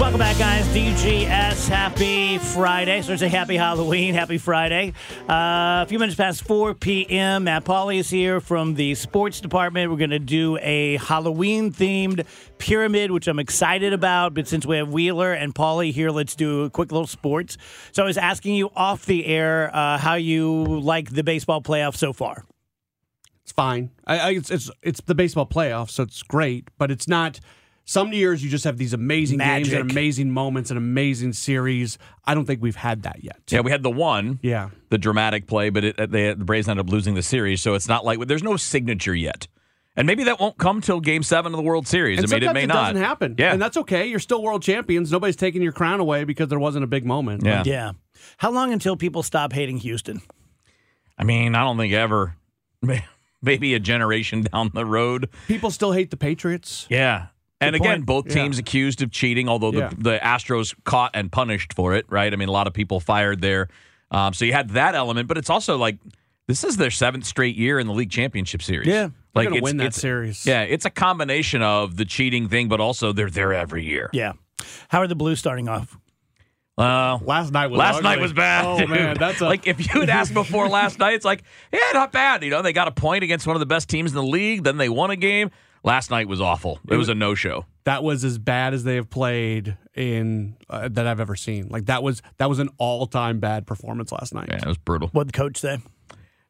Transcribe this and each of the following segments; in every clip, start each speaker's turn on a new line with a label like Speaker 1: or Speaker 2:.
Speaker 1: Welcome back, guys. DGS, happy Friday. So, say happy Halloween, happy Friday. Uh, a few minutes past 4 p.m. Matt Pauley is here from the sports department. We're going to do a Halloween themed pyramid, which I'm excited about. But since we have Wheeler and Paulie here, let's do a quick little sports. So, I was asking you off the air uh, how you like the baseball playoff so far.
Speaker 2: It's fine. I, I, it's, it's it's the baseball playoffs, so it's great, but it's not. Some years you just have these amazing games
Speaker 1: Magic.
Speaker 2: and amazing moments and amazing series. I don't think we've had that yet.
Speaker 3: Yeah, we had the one,
Speaker 2: Yeah.
Speaker 3: the dramatic play, but it, they, the Braves ended up losing the series, so it's not like there's no signature yet, and maybe that won't come till Game Seven of the World Series.
Speaker 2: And
Speaker 3: I mean, it
Speaker 2: sometimes
Speaker 3: may
Speaker 2: it
Speaker 3: not.
Speaker 2: doesn't happen.
Speaker 3: Yeah,
Speaker 2: and that's okay. You're still world champions. Nobody's taking your crown away because there wasn't a big moment.
Speaker 3: yeah.
Speaker 1: Yeah. How long until people stop hating Houston?
Speaker 3: I mean, I don't think ever, maybe a generation down the road.
Speaker 2: People still hate the Patriots.
Speaker 3: Yeah. And
Speaker 2: Good
Speaker 3: again,
Speaker 2: point.
Speaker 3: both
Speaker 2: Yeah.
Speaker 3: teams accused of cheating, although
Speaker 2: Yeah.
Speaker 3: the, the Astros caught and punished for it, right? I mean, a lot of people fired there. Um, so you had that element, but it's also like this is their seventh straight year in the league championship series.
Speaker 2: Yeah. They're
Speaker 3: like
Speaker 2: gonna
Speaker 3: it's,
Speaker 2: win that
Speaker 3: it's-
Speaker 2: series.
Speaker 3: Yeah, it's a combination of the cheating thing, but also they're there every year.
Speaker 1: Yeah. How are the Blues starting off?
Speaker 3: Uh,
Speaker 2: Last night was
Speaker 3: last
Speaker 2: ugly.
Speaker 3: night was bad.
Speaker 2: Oh
Speaker 3: dude.
Speaker 2: man, that's a,
Speaker 3: like if you had asked before last night, it's like yeah, not bad. You know, they got a point against one of the best teams in the league. Then they won a game. Last night was awful. It was a no show.
Speaker 2: that was as bad as they have played in uh, that I've ever seen. Like that was that was an all time bad performance last night.
Speaker 3: Yeah, it was brutal.
Speaker 1: What'd the coach say?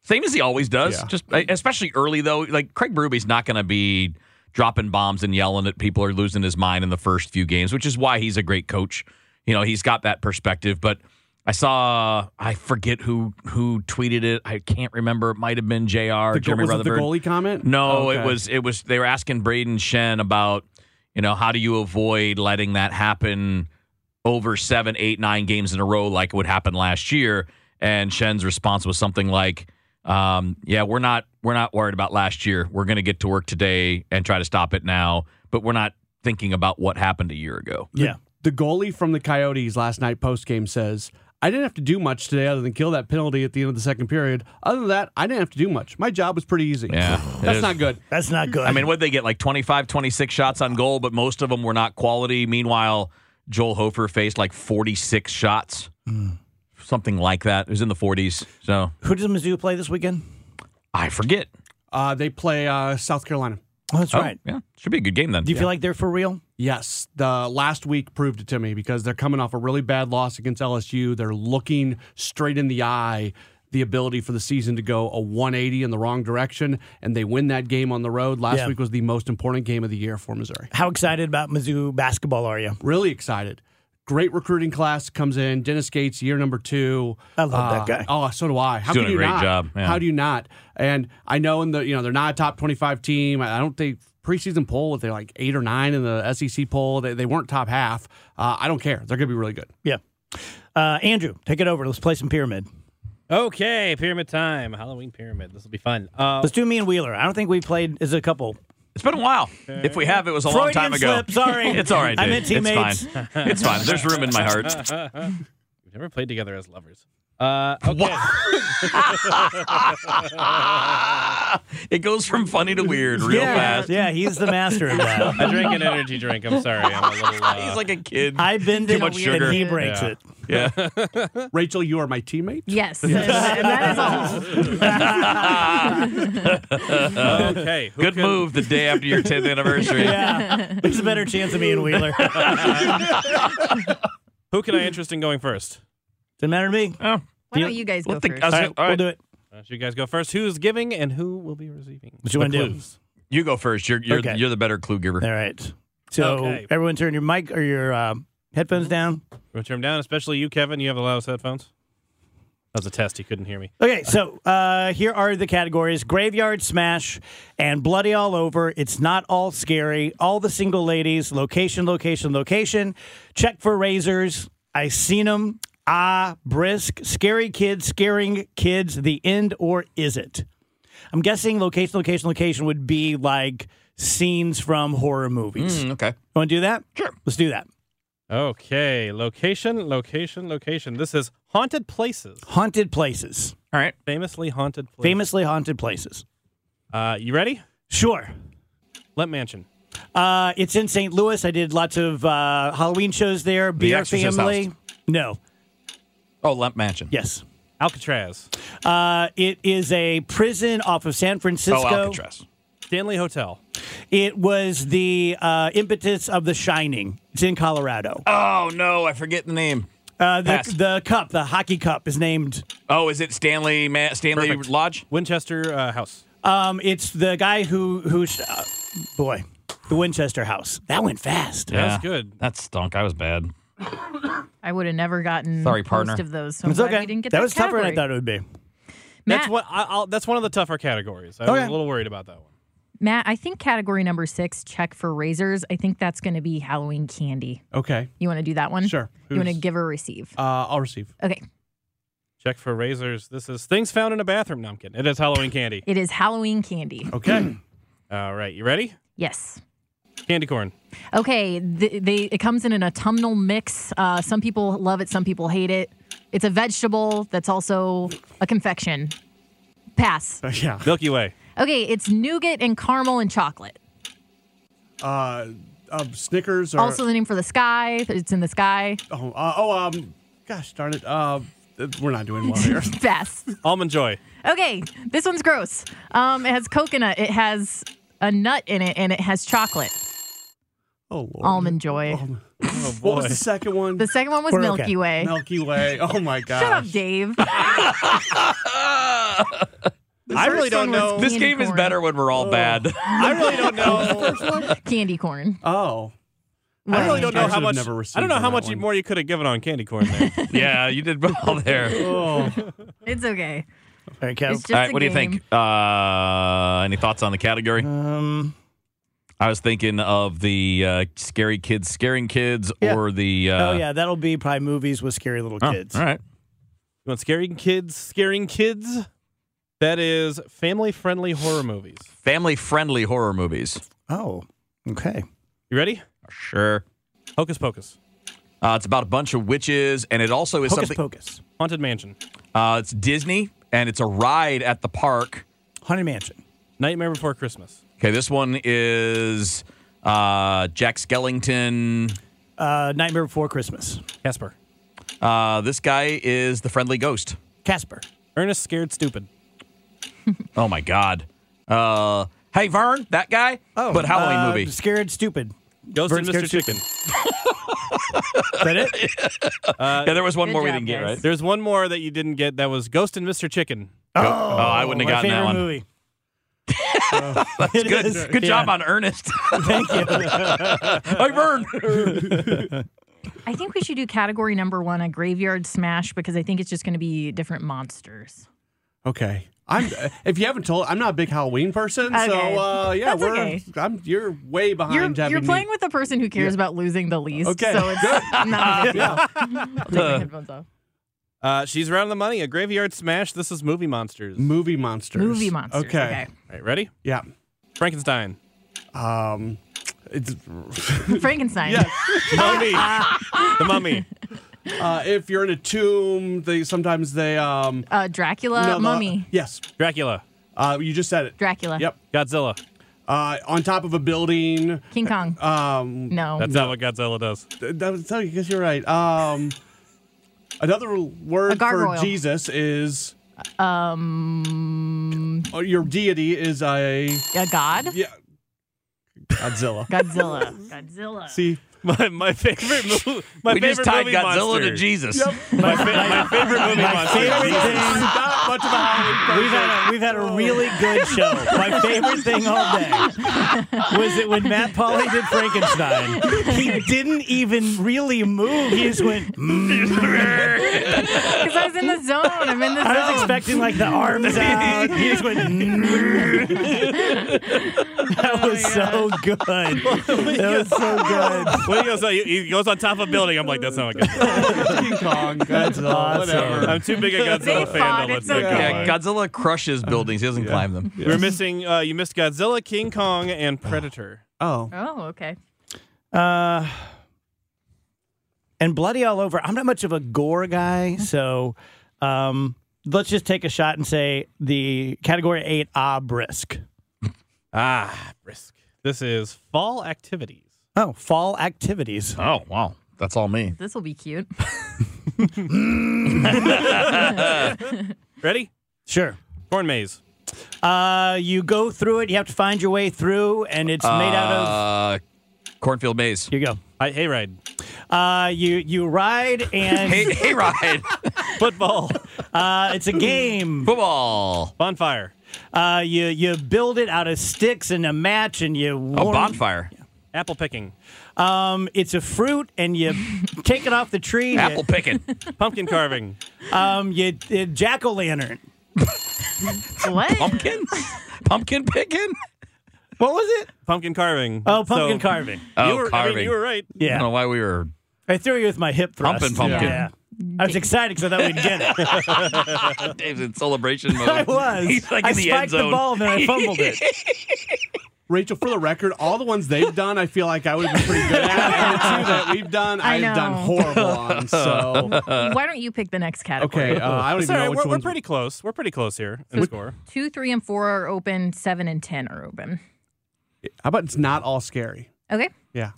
Speaker 3: Same as he always does.
Speaker 2: Yeah.
Speaker 3: Just especially early though. Like Craig Bruby's not going to be dropping bombs and yelling at people or losing his mind in the first few games, which is why he's a great coach. You know, he's got that perspective. But I saw I forget who who tweeted it. I can't remember. It might have been Jr.
Speaker 2: The, goal-
Speaker 3: Jeremy
Speaker 2: was it the
Speaker 3: Rutherford.
Speaker 2: goalie comment?
Speaker 3: No, it
Speaker 2: Okay.
Speaker 3: was it was they were asking Braden Shen about, you know, how do you avoid letting that happen over seven, eight, nine games in a row like it would happen last year? And Shen's response was something like, um, yeah, we're not we're not worried about last year. We're gonna get to work today and try to stop it now, but we're not thinking about what happened a year ago.
Speaker 1: Yeah.
Speaker 2: The goalie from the Coyotes last night post game says, I didn't have to do much today other than kill that penalty at the end of the second period. Other than that, I didn't have to do much. My job was pretty easy.
Speaker 3: Yeah, it
Speaker 2: That's
Speaker 3: is.
Speaker 2: not good.
Speaker 1: That's not good.
Speaker 3: I mean, what they get like 25, 26 shots on goal, but most of them were not quality. Meanwhile, Joel Hofer faced like 46 shots,
Speaker 1: Hmm.
Speaker 3: something like that. It was in the 40s. So
Speaker 1: Who does Mizzou play this weekend?
Speaker 3: I forget.
Speaker 2: Uh, they play uh, South Carolina.
Speaker 1: Oh, that's
Speaker 3: Oh,
Speaker 1: right.
Speaker 3: Yeah. Should be a good game then.
Speaker 1: Do you feel like they're for real?
Speaker 2: Yes, the last week proved it to me because they're coming off a really bad loss against LSU. They're looking straight in the eye the ability for the season to go a 180 in the wrong direction, and they win that game on the road. Last
Speaker 1: Yeah.
Speaker 2: week was the most important game of the year for Missouri.
Speaker 1: How excited about Mizzou basketball are you?
Speaker 2: Really excited. Great recruiting class comes in. Dennis Gates, year number two.
Speaker 1: I love that guy.
Speaker 2: Oh, so do I. How
Speaker 3: doing
Speaker 2: can
Speaker 3: a
Speaker 2: you
Speaker 3: great
Speaker 2: not?
Speaker 3: job, yeah.
Speaker 2: How do you not? And I know in the you know they're not a top twenty five team. I I don't think preseason poll if they're like eight or nine in the SEC poll. They, they weren't top half. Uh, I don't care. They're going to be really good.
Speaker 1: Yeah. Uh, Andrew, take it over. Let's play some pyramid.
Speaker 4: Okay, pyramid time. Halloween pyramid. This will be fun. Uh,
Speaker 1: Let's do me and Wheeler. I don't think we played as a couple.
Speaker 3: it's been a while. If we have, it was a long
Speaker 1: Freudian
Speaker 3: time ago.
Speaker 1: slip, sorry.
Speaker 3: It's all right.
Speaker 1: I
Speaker 3: dude.
Speaker 1: meant
Speaker 3: It's fine. It's fine. There's room in my heart.
Speaker 4: we've never played together as lovers. Uh, okay.
Speaker 3: it goes from funny to weird real
Speaker 1: yeah.
Speaker 3: fast.
Speaker 1: Yeah, he's the master of that.
Speaker 4: I drank an energy drink. I'm sorry. I'm a little. Uh,
Speaker 3: He's like a kid.
Speaker 1: I bend
Speaker 3: Too
Speaker 1: it
Speaker 3: much
Speaker 1: and
Speaker 3: sugar.
Speaker 1: he breaks
Speaker 4: Yeah.
Speaker 1: it.
Speaker 3: Yeah.
Speaker 2: Rachel, you are my teammate.
Speaker 5: Yes. and that is all.
Speaker 4: uh, okay. who
Speaker 3: Good
Speaker 4: can-
Speaker 3: move the day after your 10th anniversary.
Speaker 1: Yeah, there's a better chance of me and Wheeler. Doesn't
Speaker 4: Who can I interest in going first?
Speaker 1: matter to me.
Speaker 3: Oh,
Speaker 5: Why don't you guys go
Speaker 3: we'll think-
Speaker 5: first?
Speaker 3: I was
Speaker 1: All
Speaker 3: gonna-
Speaker 1: right,
Speaker 3: all
Speaker 1: we'll
Speaker 3: right.
Speaker 1: do it.
Speaker 4: Uh, so you guys go first. Who's giving and who will be receiving?
Speaker 1: What you want to do?
Speaker 3: You go first. You're you're,
Speaker 1: Okay.
Speaker 3: you're the better clue giver.
Speaker 1: All right. So
Speaker 4: Okay.
Speaker 1: everyone, turn your mic or your um, headphones down.
Speaker 4: We'll turn them down, especially you, Kevin. You have the loudest headphones. That was a test. He couldn't hear me.
Speaker 1: Okay, so uh, here are the categories Graveyard Smash and Bloody All Over. It's not all scary. All the single ladies, location, location, location. Check for razors. I seen them. Ah, brisk. Scary kids, scaring kids. The end or is it? I'm guessing location, location, location would be like scenes from horror movies.
Speaker 3: Mm, okay.
Speaker 1: Want to do that? Sure. Let's do that.
Speaker 4: Okay. Location, location, location. This is haunted places.
Speaker 1: Haunted places,
Speaker 3: All right.
Speaker 4: Famously haunted places.
Speaker 1: famously haunted places.
Speaker 4: Uh, you ready?
Speaker 1: Sure.
Speaker 4: Let Mansion.
Speaker 1: Uh, it's in St. Louis. I did lots of uh, Halloween shows there. Be Our
Speaker 3: Exorcist
Speaker 1: Family.
Speaker 3: House.
Speaker 1: No.
Speaker 3: Oh, Lemp Mansion.
Speaker 1: Yes.
Speaker 4: Alcatraz.
Speaker 1: Uh, it is a prison off of San Francisco.
Speaker 3: Oh, Alcatraz.
Speaker 4: Stanley Hotel.
Speaker 1: It was the uh, impetus of The Shining. It's in Colorado.
Speaker 3: Oh no, I forget the name.
Speaker 1: Uh, the,
Speaker 3: pass.
Speaker 1: the cup, the hockey cup, is named.
Speaker 3: Oh, is it Stanley Ma- Stanley
Speaker 4: Perfect.
Speaker 3: Lodge?
Speaker 4: Winchester uh, House.
Speaker 1: Um, it's the guy who who, sh- uh, boy, the Winchester House. That went fast.
Speaker 4: That was good.
Speaker 3: That stunk. I was bad.
Speaker 5: I would have never gotten
Speaker 3: Sorry,
Speaker 5: most
Speaker 3: partner.
Speaker 5: of those. So I'm
Speaker 1: It's
Speaker 5: glad
Speaker 1: okay.
Speaker 5: we didn't get
Speaker 1: that
Speaker 5: that,
Speaker 1: was tougher than I
Speaker 5: category.
Speaker 1: thought it would be.
Speaker 5: Matt,
Speaker 4: That's what I, I'll, that's one of the tougher categories. I was
Speaker 1: Okay.
Speaker 4: a little worried about that one.
Speaker 5: Matt, I think category number six, check for razors. I think that's going to be Halloween candy.
Speaker 2: Okay.
Speaker 5: You want to do that one?
Speaker 2: Sure.
Speaker 5: You want to
Speaker 2: Who's-
Speaker 5: give or receive?
Speaker 2: Uh, I'll receive.
Speaker 5: Okay.
Speaker 4: Check for razors. This is things found in a bathroom. No, I'm kidding. It is Halloween candy.
Speaker 5: It is Halloween candy.
Speaker 2: Okay.
Speaker 4: All right, you ready?
Speaker 5: Yes.
Speaker 4: Candy corn.
Speaker 5: Okay. Th- they it comes in an autumnal mix. Uh, some people love it. Some people hate it. It's a vegetable that's also a confection. Pass.
Speaker 2: yeah.
Speaker 4: Milky Way.
Speaker 5: Okay. It's nougat and caramel and chocolate.
Speaker 2: Uh, um, Snickers or
Speaker 5: Also the name for the sky. It's in the sky.
Speaker 2: oh, uh, oh um, gosh darn it. Uh, we're not doing well here.
Speaker 5: Pass.
Speaker 4: Almond joy.
Speaker 5: Okay, this one's gross. Um, it has coconut. It has a nut in it, and it has chocolate.
Speaker 2: Oh lord.
Speaker 5: Almond joy.
Speaker 2: Almond-
Speaker 4: Oh,
Speaker 2: What was the second one?
Speaker 5: The second one was
Speaker 1: We're
Speaker 5: Milky
Speaker 1: okay.
Speaker 5: Way.
Speaker 2: Milky Way. Oh my gosh.
Speaker 5: Shut up, Dave.
Speaker 4: I really
Speaker 5: first
Speaker 4: don't
Speaker 5: one was
Speaker 4: know.
Speaker 5: This
Speaker 3: This
Speaker 5: Candy
Speaker 3: game is
Speaker 5: corn.
Speaker 3: better when we're all bad.
Speaker 4: I really don't know.
Speaker 5: Candy corn.
Speaker 2: Oh.
Speaker 4: I really
Speaker 5: Right.
Speaker 4: don't know
Speaker 2: I
Speaker 4: how
Speaker 2: should've
Speaker 4: much.
Speaker 2: never
Speaker 4: I don't
Speaker 2: received
Speaker 4: know
Speaker 2: on
Speaker 4: how
Speaker 2: that
Speaker 4: much
Speaker 2: one.
Speaker 4: more you could have given on candy corn. There.
Speaker 3: yeah, you did well there. All
Speaker 2: Oh.
Speaker 5: It's okay.
Speaker 1: All right, Kev.
Speaker 5: It's just
Speaker 3: right,
Speaker 5: a
Speaker 3: what do you
Speaker 5: game.
Speaker 3: think? Uh, any thoughts on the category?
Speaker 1: um,
Speaker 3: I was thinking of the uh, scary kids scaring kids
Speaker 1: Yeah.
Speaker 3: or the. Uh,
Speaker 1: oh yeah, that'll be probably movies with scary little
Speaker 3: oh,
Speaker 1: kids.
Speaker 3: All right.
Speaker 4: you want scaring kids? Scaring kids. That is family-friendly horror movies.
Speaker 3: Family friendly horror movies.
Speaker 1: Oh, okay.
Speaker 4: You ready?
Speaker 3: Sure.
Speaker 4: Hocus Pocus.
Speaker 3: Uh, it's about a bunch of witches, and it also is
Speaker 1: Hocus
Speaker 3: something.
Speaker 1: Pocus,
Speaker 4: Haunted Mansion.
Speaker 3: Uh, it's Disney, and it's a ride at the park.
Speaker 1: Haunted Mansion,
Speaker 4: Nightmare Before Christmas.
Speaker 3: Okay, this one is uh, Jack Skellington.
Speaker 1: uh, Nightmare Before Christmas,
Speaker 4: Casper.
Speaker 3: Uh, this guy is the friendly ghost.
Speaker 1: Casper,
Speaker 4: Ernest Scared Stupid.
Speaker 3: Oh my God. Uh, hey Vern, that guy. Oh, but Halloween
Speaker 1: uh,
Speaker 3: movie.
Speaker 1: Scared Stupid.
Speaker 4: Ghost
Speaker 1: Vern
Speaker 4: and
Speaker 1: Scared
Speaker 4: Mr. Chicken.
Speaker 1: Is that it?
Speaker 3: yeah, there was one
Speaker 5: Good
Speaker 3: more we
Speaker 5: job,
Speaker 3: didn't get
Speaker 5: guys.
Speaker 3: right.
Speaker 4: There's one more that you didn't get. That was Ghost and Mr. Chicken.
Speaker 3: Oh, I wouldn't have
Speaker 1: My
Speaker 3: gotten
Speaker 1: favorite
Speaker 3: that one.
Speaker 1: movie. That's
Speaker 3: Good, good job on Ernest.
Speaker 1: Thank you.
Speaker 3: hey Vern.
Speaker 5: I think we should do category number one, a graveyard smash, because I think it's just going to be different monsters.
Speaker 2: Okay. I'm. If you haven't told, I'm not a big Halloween person.
Speaker 5: Okay.
Speaker 2: So uh, yeah,
Speaker 5: That's
Speaker 2: we're.
Speaker 5: okay.
Speaker 2: I'm. You're way behind.
Speaker 5: You're,
Speaker 2: having
Speaker 5: you're
Speaker 2: me-
Speaker 5: playing with the person who cares about losing the least.
Speaker 2: Okay,
Speaker 5: So it's not a big deal. I'll take my headphones off.
Speaker 4: Uh, she's around the money. A graveyard smash. This is movie monsters. All
Speaker 2: movie monsters.
Speaker 5: Movie monsters. Okay.
Speaker 4: right, ready?
Speaker 2: Yeah.
Speaker 4: Frankenstein.
Speaker 2: Um. It's,
Speaker 5: Frankenstein.
Speaker 4: Mummy. the Mummy.
Speaker 2: uh, if you're in a tomb, they sometimes they um.
Speaker 5: Uh, Dracula.
Speaker 2: no, the-
Speaker 5: Mummy.
Speaker 2: yes.
Speaker 4: Dracula.
Speaker 2: Uh, you just said it.
Speaker 5: Dracula.
Speaker 2: Yep.
Speaker 4: Godzilla.
Speaker 2: Uh, on top of a building.
Speaker 5: King Kong.
Speaker 2: Um.
Speaker 5: no.
Speaker 4: That's not what Godzilla does.
Speaker 2: th- That was, I guess you're right. Um. Another
Speaker 5: A
Speaker 2: word for
Speaker 5: gargoyle.
Speaker 2: Jesus is um your deity is a
Speaker 5: A god?
Speaker 2: yeah Godzilla.
Speaker 5: Godzilla. Godzilla.
Speaker 2: See,
Speaker 4: My, my favorite movie. My
Speaker 3: we
Speaker 4: favorite
Speaker 3: just tied
Speaker 4: movie
Speaker 3: Godzilla
Speaker 4: monster.
Speaker 3: to Jesus.
Speaker 4: My, fa- my favorite movie monster.
Speaker 1: favorite thing-
Speaker 2: not much of a Halloween
Speaker 1: We've had a, we've had a really good show. My favorite thing all day was that when Matt Pauley did Frankenstein, he didn't even really move. He just went.
Speaker 5: Because I was in the zone. I'm in the zone.
Speaker 1: I was expecting like the arms out. He just went. that
Speaker 5: Oh
Speaker 1: was so good. That was so good.
Speaker 4: When he goes, on, he goes on top of a building. I'm like, that's not a Godzilla.
Speaker 2: King Kong, Godzilla, whatever.
Speaker 4: I'm too big a Godzilla
Speaker 5: They
Speaker 4: fan
Speaker 5: fought,
Speaker 4: to let
Speaker 5: it's
Speaker 4: that
Speaker 5: okay.
Speaker 3: Yeah,
Speaker 4: go. on.
Speaker 3: Godzilla crushes buildings. He doesn't climb them.
Speaker 4: We're missing. Uh, you missed Godzilla, King Kong, and Predator.
Speaker 2: Oh,
Speaker 5: Oh, okay.
Speaker 1: Uh, and bloody all over. I'm not much of a gore guy, so um, let's just take a shot and say the category eight ah brisk.
Speaker 4: Ah, brisk. This is fall activities.
Speaker 1: Oh, fall activities.
Speaker 3: Oh wow, that's all me.
Speaker 5: This will be cute.
Speaker 4: Ready?
Speaker 1: Sure.
Speaker 4: Corn maze.
Speaker 1: Uh, you go through it. You have to find your way through, and it's made out of.
Speaker 3: Uh, cornfield maze.
Speaker 1: Here you go.
Speaker 4: I, hayride.
Speaker 1: Uh, you you ride and
Speaker 3: Hey, hey, ride.
Speaker 4: Football.
Speaker 1: uh, it's a game.
Speaker 3: Football.
Speaker 4: Bonfire.
Speaker 1: Uh, you you build it out of sticks and a match, and you
Speaker 3: Oh,
Speaker 1: warm-
Speaker 3: bonfire.
Speaker 4: Apple picking.
Speaker 1: Um, it's a fruit, and you take it off the tree.
Speaker 3: Apple picking.
Speaker 4: Pumpkin carving.
Speaker 1: Um, you, you jack o' lantern.
Speaker 5: What?
Speaker 3: Pumpkin. Pumpkin picking.
Speaker 1: What was it?
Speaker 4: Pumpkin carving.
Speaker 1: Oh, pumpkin
Speaker 4: So-
Speaker 1: carving.
Speaker 3: Oh,
Speaker 4: you were, I mean,
Speaker 3: carving.
Speaker 4: you were right.
Speaker 3: I don't know
Speaker 1: Yeah,
Speaker 3: why we were.
Speaker 1: I threw you with my hip thrust.
Speaker 3: Pumping pumpkin.
Speaker 1: Yeah. I was excited because I thought we'd get it.
Speaker 3: Dave's in celebration mode.
Speaker 1: I was.
Speaker 3: He's like
Speaker 1: I
Speaker 3: in the
Speaker 1: spiked
Speaker 3: end zone.
Speaker 1: the ball and then I fumbled it.
Speaker 2: Rachel, for the record, all the ones they've done, I feel like I would have been pretty good at. The two that we've done,
Speaker 5: I
Speaker 2: I've
Speaker 5: know.
Speaker 2: done horrible on. So,
Speaker 5: Why don't you pick the next category?
Speaker 2: okay, uh, I don't
Speaker 4: It's
Speaker 2: even
Speaker 4: all right.
Speaker 2: know which
Speaker 4: We're, we're
Speaker 2: ones.
Speaker 4: pretty close. We're pretty close here in score.
Speaker 5: Two, three, and four are open. Seven and ten are open.
Speaker 2: How about it's not all scary?
Speaker 5: Okay.
Speaker 2: Yeah.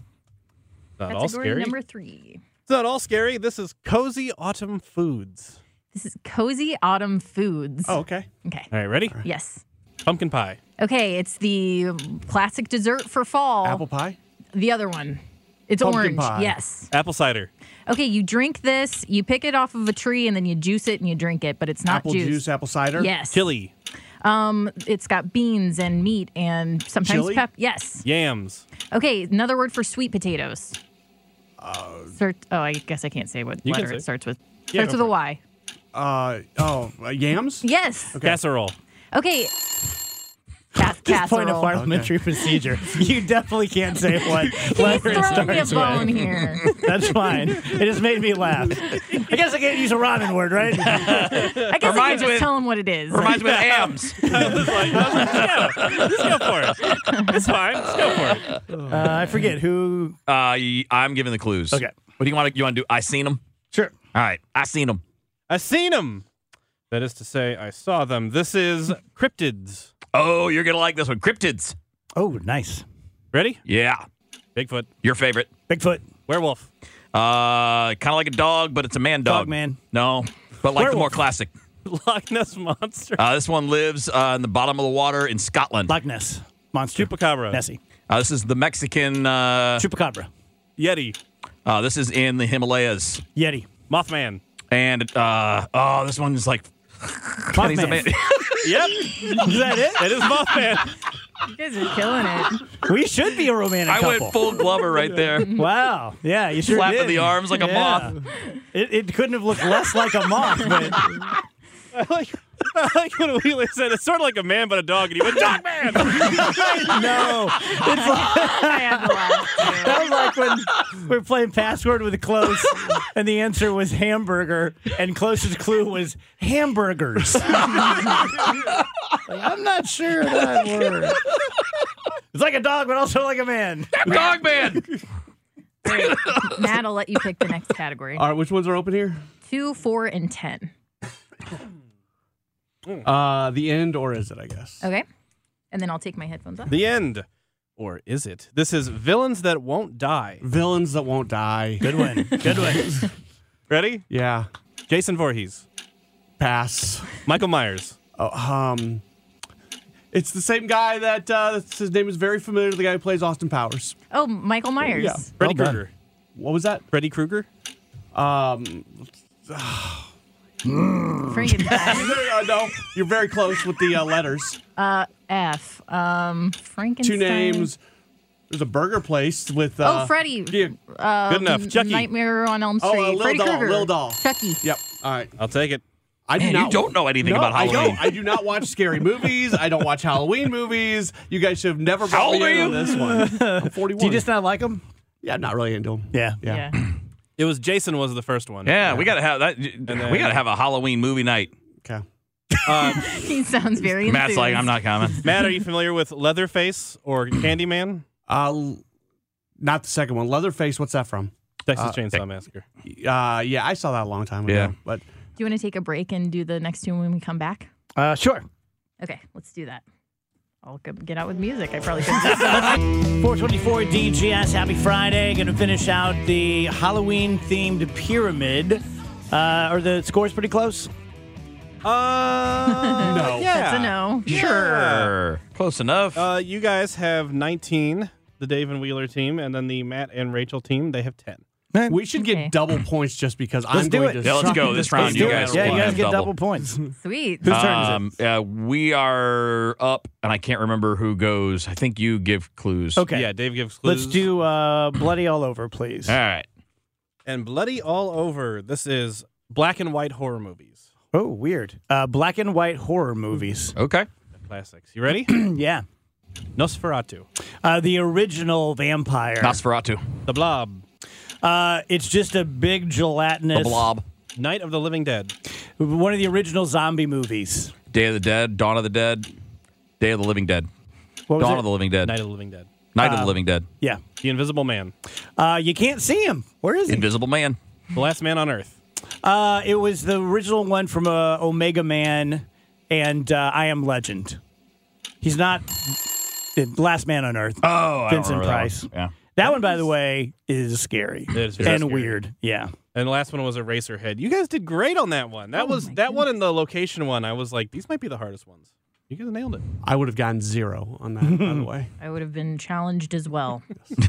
Speaker 4: Not all
Speaker 5: Category
Speaker 4: scary.
Speaker 5: number three.
Speaker 4: It's not all scary. This is cozy autumn foods.
Speaker 5: This is cozy autumn foods.
Speaker 2: Oh, okay.
Speaker 5: Okay.
Speaker 4: All right, ready?
Speaker 5: Yes.
Speaker 4: Pumpkin pie.
Speaker 5: Okay, it's the classic dessert for fall.
Speaker 2: Apple pie.
Speaker 5: The other one. It's
Speaker 2: Pumpkin
Speaker 5: orange.
Speaker 2: pie.
Speaker 5: Yes.
Speaker 4: Apple cider.
Speaker 5: Okay, you drink this, you pick it off of a tree, and then you juice it and you drink it, but it's not
Speaker 2: apple juice. Apple cider.
Speaker 5: Yes.
Speaker 4: Chili.
Speaker 5: It's got beans and meat and sometimes
Speaker 2: Chili?
Speaker 5: pep. Yes.
Speaker 4: Yams.
Speaker 5: Okay, another word for sweet potatoes. Start, oh, I guess I can't say what
Speaker 4: Uh, can
Speaker 5: letter
Speaker 4: say.
Speaker 5: it starts with. Starts
Speaker 4: Yeah, go
Speaker 5: with
Speaker 4: for
Speaker 5: a
Speaker 4: it.
Speaker 5: Y.
Speaker 2: Uh, oh, uh, yams.
Speaker 5: Yes.
Speaker 4: Casserole.
Speaker 5: Okay. Ca-
Speaker 1: Just point of
Speaker 5: casserole.
Speaker 1: parliamentary procedure. You definitely can't say what
Speaker 5: He's
Speaker 1: letter it
Speaker 5: throwing me a
Speaker 1: starts
Speaker 5: bone
Speaker 1: with.
Speaker 5: here.
Speaker 1: That's fine. It just made me laugh. I guess I can't use a ramen word, right? Uh,
Speaker 5: I guess I can
Speaker 3: Reminds
Speaker 5: just
Speaker 3: me-
Speaker 5: tell him what it is.
Speaker 3: Reminds me of AMs.
Speaker 4: Let's go for it. It's fine. Let's go for it.
Speaker 1: Uh, I forget who.
Speaker 3: Uh, y- I'm giving the clues.
Speaker 1: Okay.
Speaker 3: What do you want to you want to do? I seen them.
Speaker 1: Sure.
Speaker 3: All right. I seen them.
Speaker 4: I seen them. That is to say, I saw them. This is cryptids.
Speaker 3: Oh, you're gonna like this one. Cryptids.
Speaker 1: Oh, nice.
Speaker 4: Ready?
Speaker 3: Yeah.
Speaker 4: Bigfoot.
Speaker 3: Your favorite.
Speaker 1: Bigfoot.
Speaker 4: Werewolf.
Speaker 3: Uh, kind of like a dog, but it's a man dog.
Speaker 1: Dogman.
Speaker 3: No, but like the more
Speaker 1: Werewolf.
Speaker 3: classic.
Speaker 4: Loch Ness monster.
Speaker 3: Uh, this one lives uh, in the bottom of the water in Scotland.
Speaker 1: Loch Ness. Monster.
Speaker 4: Chupacabra.
Speaker 1: Nessie.
Speaker 3: Uh, this is the Mexican. Uh,
Speaker 1: Chupacabra.
Speaker 4: Yeti.
Speaker 3: uh, this is in the Himalayas.
Speaker 1: Yeti.
Speaker 4: Mothman.
Speaker 3: And uh, oh, this one's like. He's a
Speaker 1: Mothman.
Speaker 3: man-
Speaker 4: Yep.
Speaker 1: Is that it?
Speaker 4: It is Mothman.
Speaker 5: You guys are killing it.
Speaker 1: We should be a romantic
Speaker 3: I
Speaker 1: couple.
Speaker 3: went full Glover right there.
Speaker 1: Wow. Yeah, you sure
Speaker 3: Flapping
Speaker 1: did.
Speaker 3: the arms like a
Speaker 1: Yeah.
Speaker 3: moth.
Speaker 1: It, it couldn't have looked less like a moth, but
Speaker 4: I like, I like what Wheeler said. It's sort of like a man but a dog, and he went, Dog man!
Speaker 1: no.
Speaker 5: I had to laugh. too.
Speaker 1: That was like when we were playing password with close, and the answer was hamburger, and closest clue was hamburgers. Like, I'm not sure that word. It's like a dog, but also like a man.
Speaker 3: dog man.
Speaker 5: Matt will let you pick the next category.
Speaker 2: All right, which ones are open here?
Speaker 5: Two, four, and ten.
Speaker 2: Uh, the end, or is it? I guess.
Speaker 5: Okay. And then I'll take my headphones off.
Speaker 4: The end. Or is it? This is Villains That Won't Die.
Speaker 2: Villains that won't die.
Speaker 1: Good one. Good one.
Speaker 4: Ready?
Speaker 2: Yeah.
Speaker 4: Jason Voorhees.
Speaker 2: Pass.
Speaker 4: Michael Myers.
Speaker 2: Um, it's the same guy that uh, his name is very familiar to the guy who plays Austin Powers.
Speaker 5: Oh, Michael Myers.
Speaker 2: Yeah.
Speaker 4: Freddy
Speaker 1: done.
Speaker 4: Krueger.
Speaker 2: What was that?
Speaker 4: Freddy Krueger?
Speaker 5: Frankenstein.
Speaker 2: Uh, no, you're very close with the uh, letters.
Speaker 5: F. Um,
Speaker 2: Two
Speaker 5: Frankenstein.
Speaker 2: names. There's a burger place with. Uh,
Speaker 5: Oh, Freddy.
Speaker 2: Yeah.
Speaker 4: Good enough.
Speaker 5: Um,
Speaker 4: Chucky.
Speaker 5: Nightmare on Elm
Speaker 2: Oh, uh,
Speaker 5: Street.
Speaker 2: Lil
Speaker 5: Freddy
Speaker 2: Doll,
Speaker 5: Krueger.
Speaker 2: Lil Doll.
Speaker 5: Chucky.
Speaker 2: Yep. All right.
Speaker 4: I'll take it.
Speaker 2: I do
Speaker 3: Man, you
Speaker 2: not,
Speaker 3: don't know anything
Speaker 2: No,
Speaker 3: about
Speaker 2: I
Speaker 3: Halloween.
Speaker 2: don't. I do not watch scary movies. I don't watch Halloween movies. You guys should have never brought
Speaker 3: How old
Speaker 2: me
Speaker 3: are
Speaker 2: in
Speaker 3: you?
Speaker 2: on this one. I'm 41.
Speaker 1: Do you just not like them?
Speaker 2: yeah, I'm not really into them.
Speaker 1: Yeah.
Speaker 5: Yeah.
Speaker 4: It was Jason was the first one.
Speaker 3: Yeah, we gotta have that. we gotta have a Halloween movie night.
Speaker 2: Okay.
Speaker 5: he sounds very
Speaker 3: Matt's like,
Speaker 5: enthused.
Speaker 3: I'm not coming.
Speaker 4: Matt, are you familiar with Leatherface or Candyman?
Speaker 2: Uh, not the second one. Leatherface. What's that from?
Speaker 4: Texas Chainsaw Massacre.
Speaker 2: Uh, yeah, I saw that a long time ago.
Speaker 3: Yeah.
Speaker 2: But
Speaker 5: Do you want to take a break and do the next two when we come back?
Speaker 1: Uh, sure.
Speaker 5: Okay, let's do that. I'll go get out with music. I probably should.
Speaker 1: 424 DGS, happy Friday. Going to finish out the Halloween themed pyramid. Uh, are the scores pretty close?
Speaker 4: Uh,
Speaker 2: no.
Speaker 5: That's a no.
Speaker 3: Sure, close enough.
Speaker 4: uh, you guys have 19, the Dave and Wheeler team, and then the Matt and Rachel team, they have 10.
Speaker 2: We should
Speaker 5: Okay.
Speaker 2: get double points just because I'm
Speaker 1: do
Speaker 2: going
Speaker 1: it.
Speaker 2: to.
Speaker 3: yeah, let's
Speaker 2: suck
Speaker 3: go
Speaker 2: at
Speaker 3: this
Speaker 2: game
Speaker 3: round.
Speaker 2: no
Speaker 3: You
Speaker 2: matter
Speaker 3: guys,
Speaker 1: yeah,
Speaker 3: will
Speaker 1: you guys
Speaker 3: have
Speaker 1: get double points.
Speaker 5: Sweet.
Speaker 3: Um, uh, we are up, and I can't remember who goes. I think you give clues.
Speaker 1: Okay.
Speaker 4: Yeah, Dave gives clues.
Speaker 1: Let's do uh, Bloody All Over, please.
Speaker 3: All right.
Speaker 4: And Bloody All Over. This is black and white horror movies.
Speaker 1: Oh, weird. Uh, black and white horror movies.
Speaker 3: Okay.
Speaker 4: Classics. You ready?
Speaker 1: yeah.
Speaker 4: Nosferatu.
Speaker 1: Uh, the original vampire.
Speaker 3: Nosferatu.
Speaker 4: The Blob.
Speaker 1: Uh, it's just a big gelatinous.
Speaker 3: The Blob.
Speaker 4: Night of the Living Dead.
Speaker 1: One of the original zombie movies.
Speaker 3: Day of the Dead. Dawn of the Dead. Day of the Living Dead.
Speaker 1: What was
Speaker 3: Dawn
Speaker 1: it?
Speaker 3: of the Living Dead.
Speaker 4: Night
Speaker 3: Night
Speaker 4: of the Living Dead.
Speaker 3: of the Living Dead.
Speaker 1: Yeah.
Speaker 4: The Invisible Man.
Speaker 1: Uh, you can't see him. Where is he?
Speaker 3: Invisible Man.
Speaker 4: The Last Man on Earth.
Speaker 1: Uh, it was the original one from uh, Omega Man and uh, I Am Legend. He's not the last man on Earth.
Speaker 3: Oh, I
Speaker 1: Vincent Price.
Speaker 3: That one.
Speaker 1: that one, by the way, is scary
Speaker 4: is very
Speaker 1: and
Speaker 4: scary.
Speaker 1: weird. Yeah.
Speaker 4: And the last one was Eraserhead. You guys did great on that one. That
Speaker 5: Oh
Speaker 4: was that one and the location one. I was like, these might be the hardest ones. You guys nailed it.
Speaker 2: I would have gotten zero on that, by the way.
Speaker 5: I would have been challenged as well.
Speaker 3: Yeah.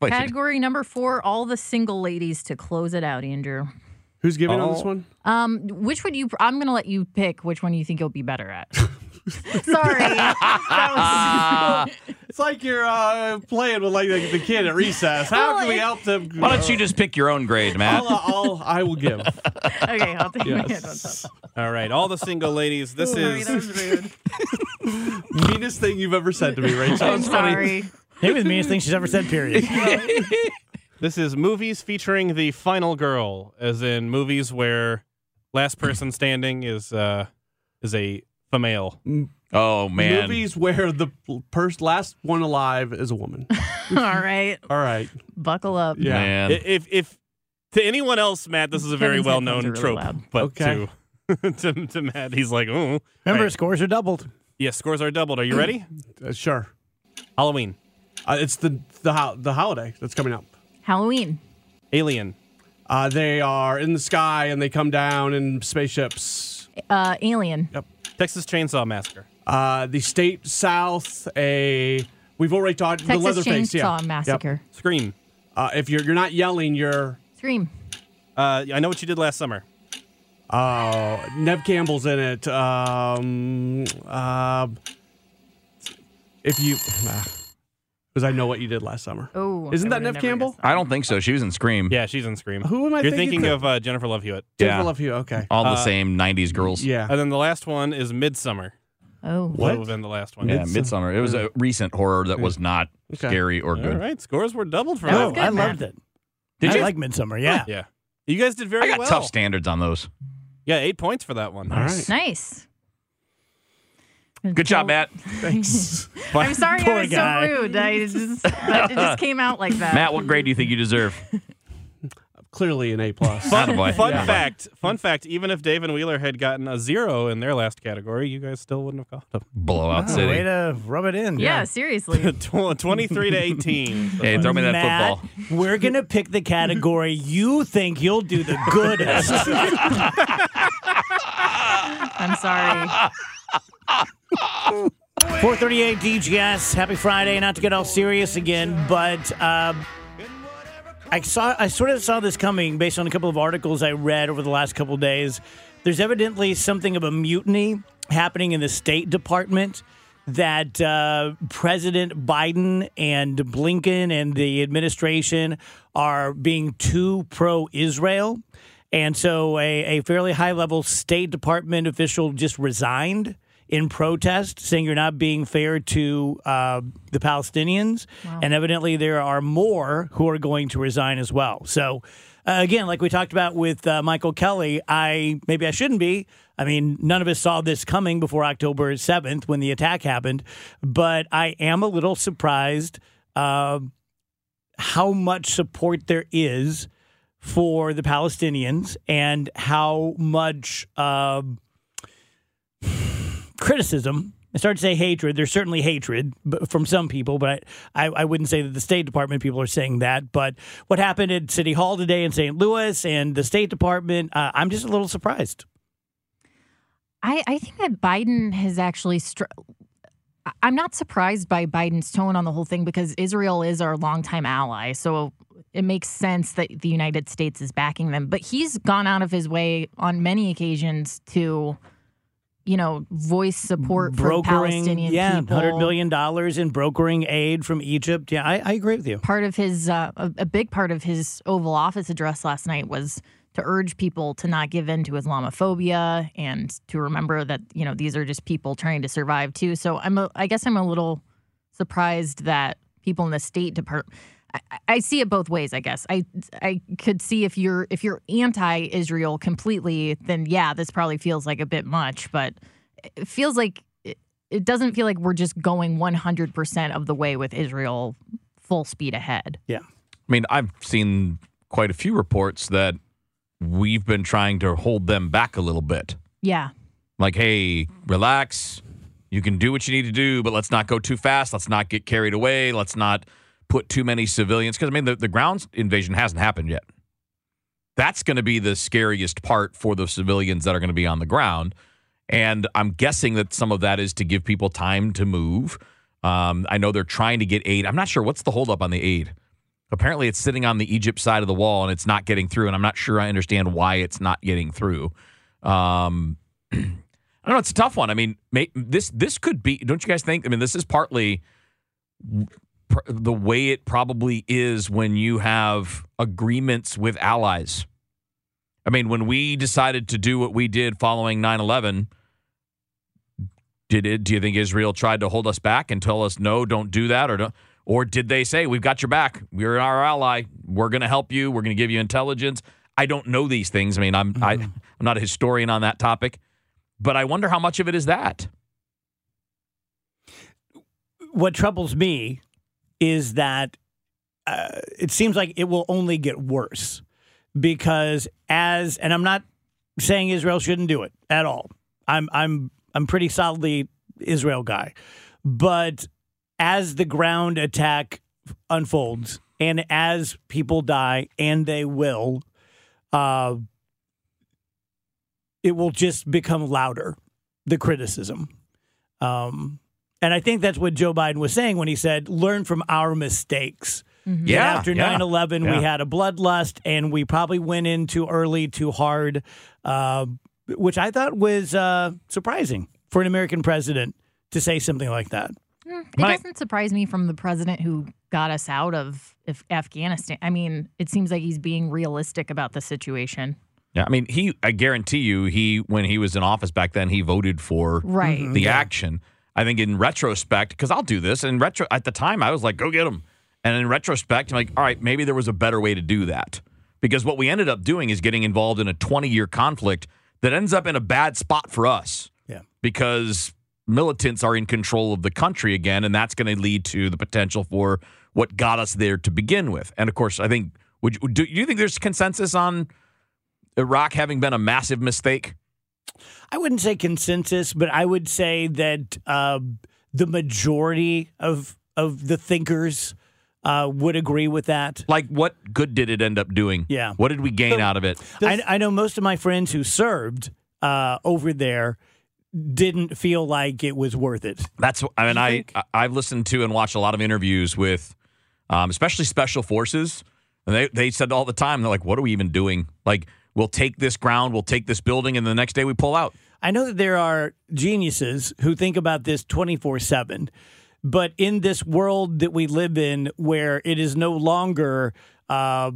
Speaker 3: Wait,
Speaker 5: Category number four, all the single ladies to close it out, Andrew.
Speaker 2: Who's giving on this one?
Speaker 5: Um, which would you? I'm gonna let you pick which one you think you'll be better at. Sorry, that
Speaker 2: It's like you're uh, playing with like the, the kid at recess. How
Speaker 5: Well,
Speaker 2: can we
Speaker 5: it-
Speaker 2: help them?
Speaker 3: why don't you just pick your own grade, Matt?
Speaker 2: I'll, uh, I'll, I will give.
Speaker 5: was okay. I'll take my hand on top.
Speaker 2: Yes.
Speaker 4: All right, all the single ladies. This
Speaker 5: Sorry,
Speaker 4: is
Speaker 5: that was rude.
Speaker 2: Meanest thing you've ever said to me, Rachel.
Speaker 5: I'm sorry.
Speaker 1: Maybe the meanest thing she's ever said, period.
Speaker 4: this is movies featuring the final girl, as in movies where last person standing is uh is a female.
Speaker 3: oh man.
Speaker 2: Movies where the first last one alive is a woman.
Speaker 5: All right,
Speaker 2: All right.
Speaker 5: buckle up.
Speaker 2: Yeah.
Speaker 3: Man.
Speaker 4: I- If if to anyone else, Matt, this is a very
Speaker 5: Kevin's
Speaker 4: well known
Speaker 5: headphones are really
Speaker 4: trope.
Speaker 5: loud.
Speaker 4: But
Speaker 2: Okay.
Speaker 4: to, to to Matt, he's like, oh,
Speaker 1: Remember,
Speaker 4: Right.
Speaker 1: scores are doubled.
Speaker 4: Yes, scores are doubled. Are you ready?
Speaker 2: Uh, sure.
Speaker 4: Halloween,
Speaker 2: Uh, it's the the ho- the holiday that's coming up.
Speaker 5: Halloween,
Speaker 4: Alien,
Speaker 2: Uh, they are in the sky and they come down in spaceships.
Speaker 5: uh, Alien,
Speaker 4: Texas Chainsaw Massacre,
Speaker 2: Uh, the state south. A we've already talked the
Speaker 5: Texas
Speaker 2: Leatherface. yeah.
Speaker 5: Chainsaw
Speaker 2: Yep.
Speaker 5: Massacre,
Speaker 4: Scream.
Speaker 2: Uh, if you're you're not yelling, you're
Speaker 5: Scream,
Speaker 4: Uh, I know what you did last summer.
Speaker 2: uh, Nev Campbell's in it. Um, uh, if you, because I know what you did last summer.
Speaker 5: Oh,
Speaker 2: isn't
Speaker 5: I would've
Speaker 2: that Nev
Speaker 5: never
Speaker 2: Campbell?
Speaker 5: guessed
Speaker 3: I don't think so. She was in Scream.
Speaker 4: Yeah, she's in Scream.
Speaker 2: Who am I
Speaker 4: You're
Speaker 2: thinking
Speaker 4: thinking of uh, Jennifer Love Hewitt.
Speaker 3: Yeah.
Speaker 2: Jennifer Love Hewitt, Okay.
Speaker 3: All the same '90s girls.
Speaker 2: yeah.
Speaker 4: And then the last one is Midsummer.
Speaker 5: Oh,
Speaker 2: What?
Speaker 4: Would have been the last one.
Speaker 3: Yeah, Midsummer. It was a recent horror that was not
Speaker 2: Okay.
Speaker 3: scary or
Speaker 4: All
Speaker 3: good.
Speaker 4: right, scores were doubled for
Speaker 5: That
Speaker 4: that.
Speaker 5: was
Speaker 1: Oh,
Speaker 5: good,
Speaker 1: I
Speaker 5: Matt.
Speaker 1: loved it.
Speaker 3: Did
Speaker 1: I
Speaker 3: you?
Speaker 1: like Midsummer. Yeah.
Speaker 4: Yeah, you guys did very
Speaker 3: I got
Speaker 4: well.
Speaker 3: tough standards on those.
Speaker 4: yeah, eight points for that one.
Speaker 2: All right.
Speaker 5: nice.
Speaker 3: Good job, Matt.
Speaker 2: Thanks.
Speaker 5: I'm sorry
Speaker 1: Poor
Speaker 5: I was
Speaker 1: guy.
Speaker 5: so rude. I just, it just came out like that.
Speaker 3: Matt, what grade do you think you deserve?
Speaker 2: clearly an A plus.
Speaker 3: Fun,
Speaker 4: Fun fact, fun fact, even if Dave and Wheeler had gotten a zero in their last category, you guys still wouldn't have caught
Speaker 3: Blowout
Speaker 1: Oh,
Speaker 3: City.
Speaker 1: way to rub it in.
Speaker 5: Yeah, seriously.
Speaker 4: them. 23 to 18.
Speaker 3: Hey, throw me that
Speaker 1: Matt,
Speaker 3: football.
Speaker 1: we're gonna pick the category you think you'll do the goodest.
Speaker 5: I'm sorry.
Speaker 1: 438 DGS. Happy Friday. Not to get all serious again, but um, I saw I sort of saw this coming based on a couple of articles I read over the last couple of days. There's evidently something of a mutiny happening in the State Department that uh, President Biden and Blinken and the administration are being too pro-Israel. And so a, a fairly high level State Department official just resigned in protest, saying you're not being fair to uh, the Palestinians. And evidently, there are more who are going to resign as well. So, uh, again, like we talked about with uh, Michael Kelly, I maybe I shouldn't be. I mean, none of us saw this coming before October 7th when the attack happened, but I am a little surprised uh, how much support there is for the Palestinians and how much. Uh, criticism. I started to say hatred. There's certainly hatred b- from some people, but I, I wouldn't say that the State Department people are saying that. But what happened at City Hall today in St. Louis and the State Department, uh, I'm just a little surprised.
Speaker 5: I, I think that Biden has actually. Str- I- I'm not surprised by Biden's tone on the whole thing because Israel is our longtime ally. So it makes sense that the United States is backing them. But he's gone out of his way on many occasions to, you know, voice support for Palestinian
Speaker 1: yeah,
Speaker 5: people.
Speaker 1: $100 million in brokering aid from Egypt. Yeah, I, I agree with you.
Speaker 5: Part of his, uh, a, a big part of his Oval Office address last night was to urge people to not give in to Islamophobia and to remember that you know these are just people trying to survive too. So I'm, a, I guess I'm a little surprised that people in the State Department. I, I- I see it both ways, I guess. I I could see if you're if you're anti-Israel completely, then yeah, this probably feels like a bit much, but it feels like it, it doesn't feel like we're just going 100% of the way with Israel full speed ahead.
Speaker 1: Yeah.
Speaker 3: I mean, I've seen quite a few reports that we've been trying to hold them back a little bit.
Speaker 5: Yeah.
Speaker 3: Like, hey, relax. You can do what you need to do, but let's not go too fast. Let's not get carried away. Let's not put too many civilians. Because, I mean, the, the ground invasion hasn't happened yet. That's going to be the scariest part for the civilians that are going to be on the ground. And I'm guessing that some of that is to give people time to move. Um, I know they're trying to get aid. I'm not sure what's the holdup on the aid. Apparently, it's sitting on the Egypt side of the wall and it's not getting through. And I'm not sure I understand why it's not getting through. Um, I don't know. It's a tough one. I mean, may, this this could be. Don't you guys think? I mean, this is partly pr- the way it probably is when you have agreements with allies. I mean, when we decided to do what we did following 9 11, did it? Do you think Israel tried to hold us back and tell us no, don't do that, or don't, or did they say we've got your back? We're our ally. We're going to help you. We're going to give you intelligence. I don't know these things. I mean, I'm I, I'm not a historian on that topic, but I wonder how much of it is that.
Speaker 1: What troubles me is that uh, it seems like it will only get worse because as and I'm not saying Israel shouldn't do it at all. I'm I'm I'm pretty solidly Israel guy. But as the ground attack unfolds and as people die and they will uh it will just become louder the criticism. Um and I think that's what Joe Biden was saying when he said learn from our mistakes. That after 9 11, we had a bloodlust and we probably went in too early, too hard, uh, which I thought was uh, surprising for an American president to say something like that.
Speaker 5: It doesn't surprise me from the president who got us out of Af- Afghanistan. I mean, it seems like he's being realistic about the situation.
Speaker 3: Yeah, I mean, he. I guarantee you, he when he was in office back then, he voted for
Speaker 5: Right.
Speaker 3: the action. I think in retrospect, because I'll do this in retro. At the time, I was like, "Go get him," and in retrospect, I'm like, "All right, maybe there was a better way to do that." Because what we ended up doing is getting involved in a 20 year conflict that ends up in a bad spot for us
Speaker 1: Yeah.
Speaker 3: because militants are in control of the country again, and that's going to lead to the potential for what got us there to begin with. And of course, I think Would you, do you think there's consensus on Iraq having been a massive mistake?
Speaker 1: I wouldn't say consensus, but I would say that um, the majority of of the thinkers uh, would agree with that.
Speaker 3: Like, what good did it end up doing?
Speaker 1: Yeah.
Speaker 3: What did we gain out of it?
Speaker 1: I, I know most of my friends who served uh, over there didn't feel like it was worth it.
Speaker 3: That's I mean I, I I've listened to and watched a lot of interviews with, um, especially special forces, and they they said all the time they're like, what are we even doing? Like we'll take this ground, we'll take this building, and the next day we pull out.
Speaker 1: I know that there are geniuses who think about this 24 7, but in this world that we live in, where it is no longer uh,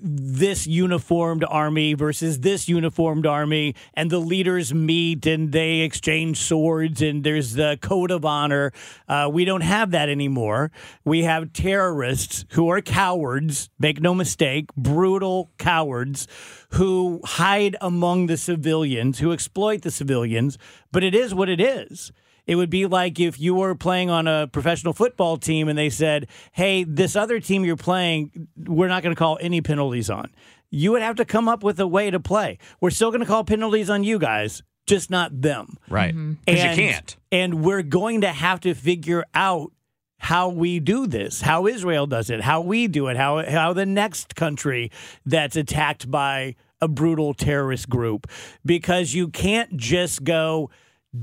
Speaker 1: this uniformed army versus this uniformed army, and the leaders meet and they exchange swords, and there's the code of honor. Uh, we don't have that anymore. We have terrorists who are cowards, make no mistake, brutal cowards who hide among the civilians, who exploit the civilians, but it is what it is. It would be like if you were playing on a professional football team and they said, hey, this other team you're playing, we're not going to call any penalties on. You would have to come up with a way to play. We're still going to call penalties on you guys, just not them.
Speaker 3: Right. Because you can't.
Speaker 1: Mm-hmm. And we're going to have to figure out how we do this, how Israel does it, how we do it, how how the next country that's attacked by a brutal terrorist group, because you can't just go,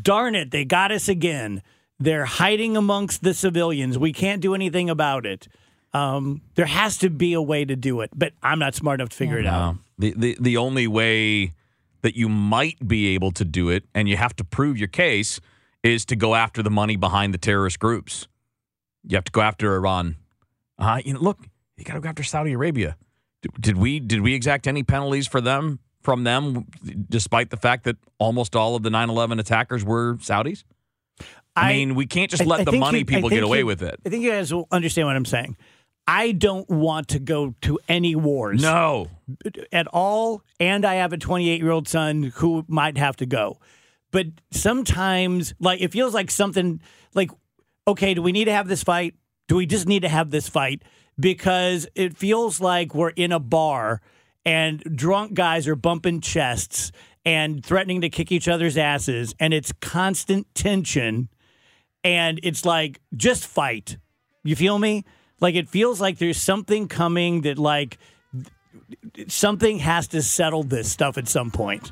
Speaker 1: darn it, they got us again. They're hiding amongst the civilians. We can't do anything about it. Um, there has to be a way to do it, but I'm not smart enough to figure it out.
Speaker 3: The, the the only way that you might be able to do it, and you have to prove your case, is to go after the money behind the terrorist groups. You have to go after Iran. Uh, you know, look, you got to go after Saudi Arabia. Did, did we did we exact any penalties for them from them, despite the fact that almost all of the 9/11 attackers were Saudis? I, mean, we can't just
Speaker 1: I-
Speaker 3: let
Speaker 1: I
Speaker 3: the
Speaker 1: think
Speaker 3: money
Speaker 1: you- I
Speaker 3: people get
Speaker 1: think
Speaker 3: away
Speaker 1: you-
Speaker 3: with it.
Speaker 1: I think you guys will understand what I'm saying. I don't want to go to any wars
Speaker 3: No,
Speaker 1: at all, and I have a 28 year old son who might have to go. But sometimes, like, it feels like something like, okay, do we need to have this fight? Do we just need to have this fight? Because it feels like we're in a bar and drunk guys are bumping chests and threatening to kick each other's asses, and it's constant tension and it's like just fight. You feel me? Like it feels like there's something coming that like th- something has to settle this stuff at some point.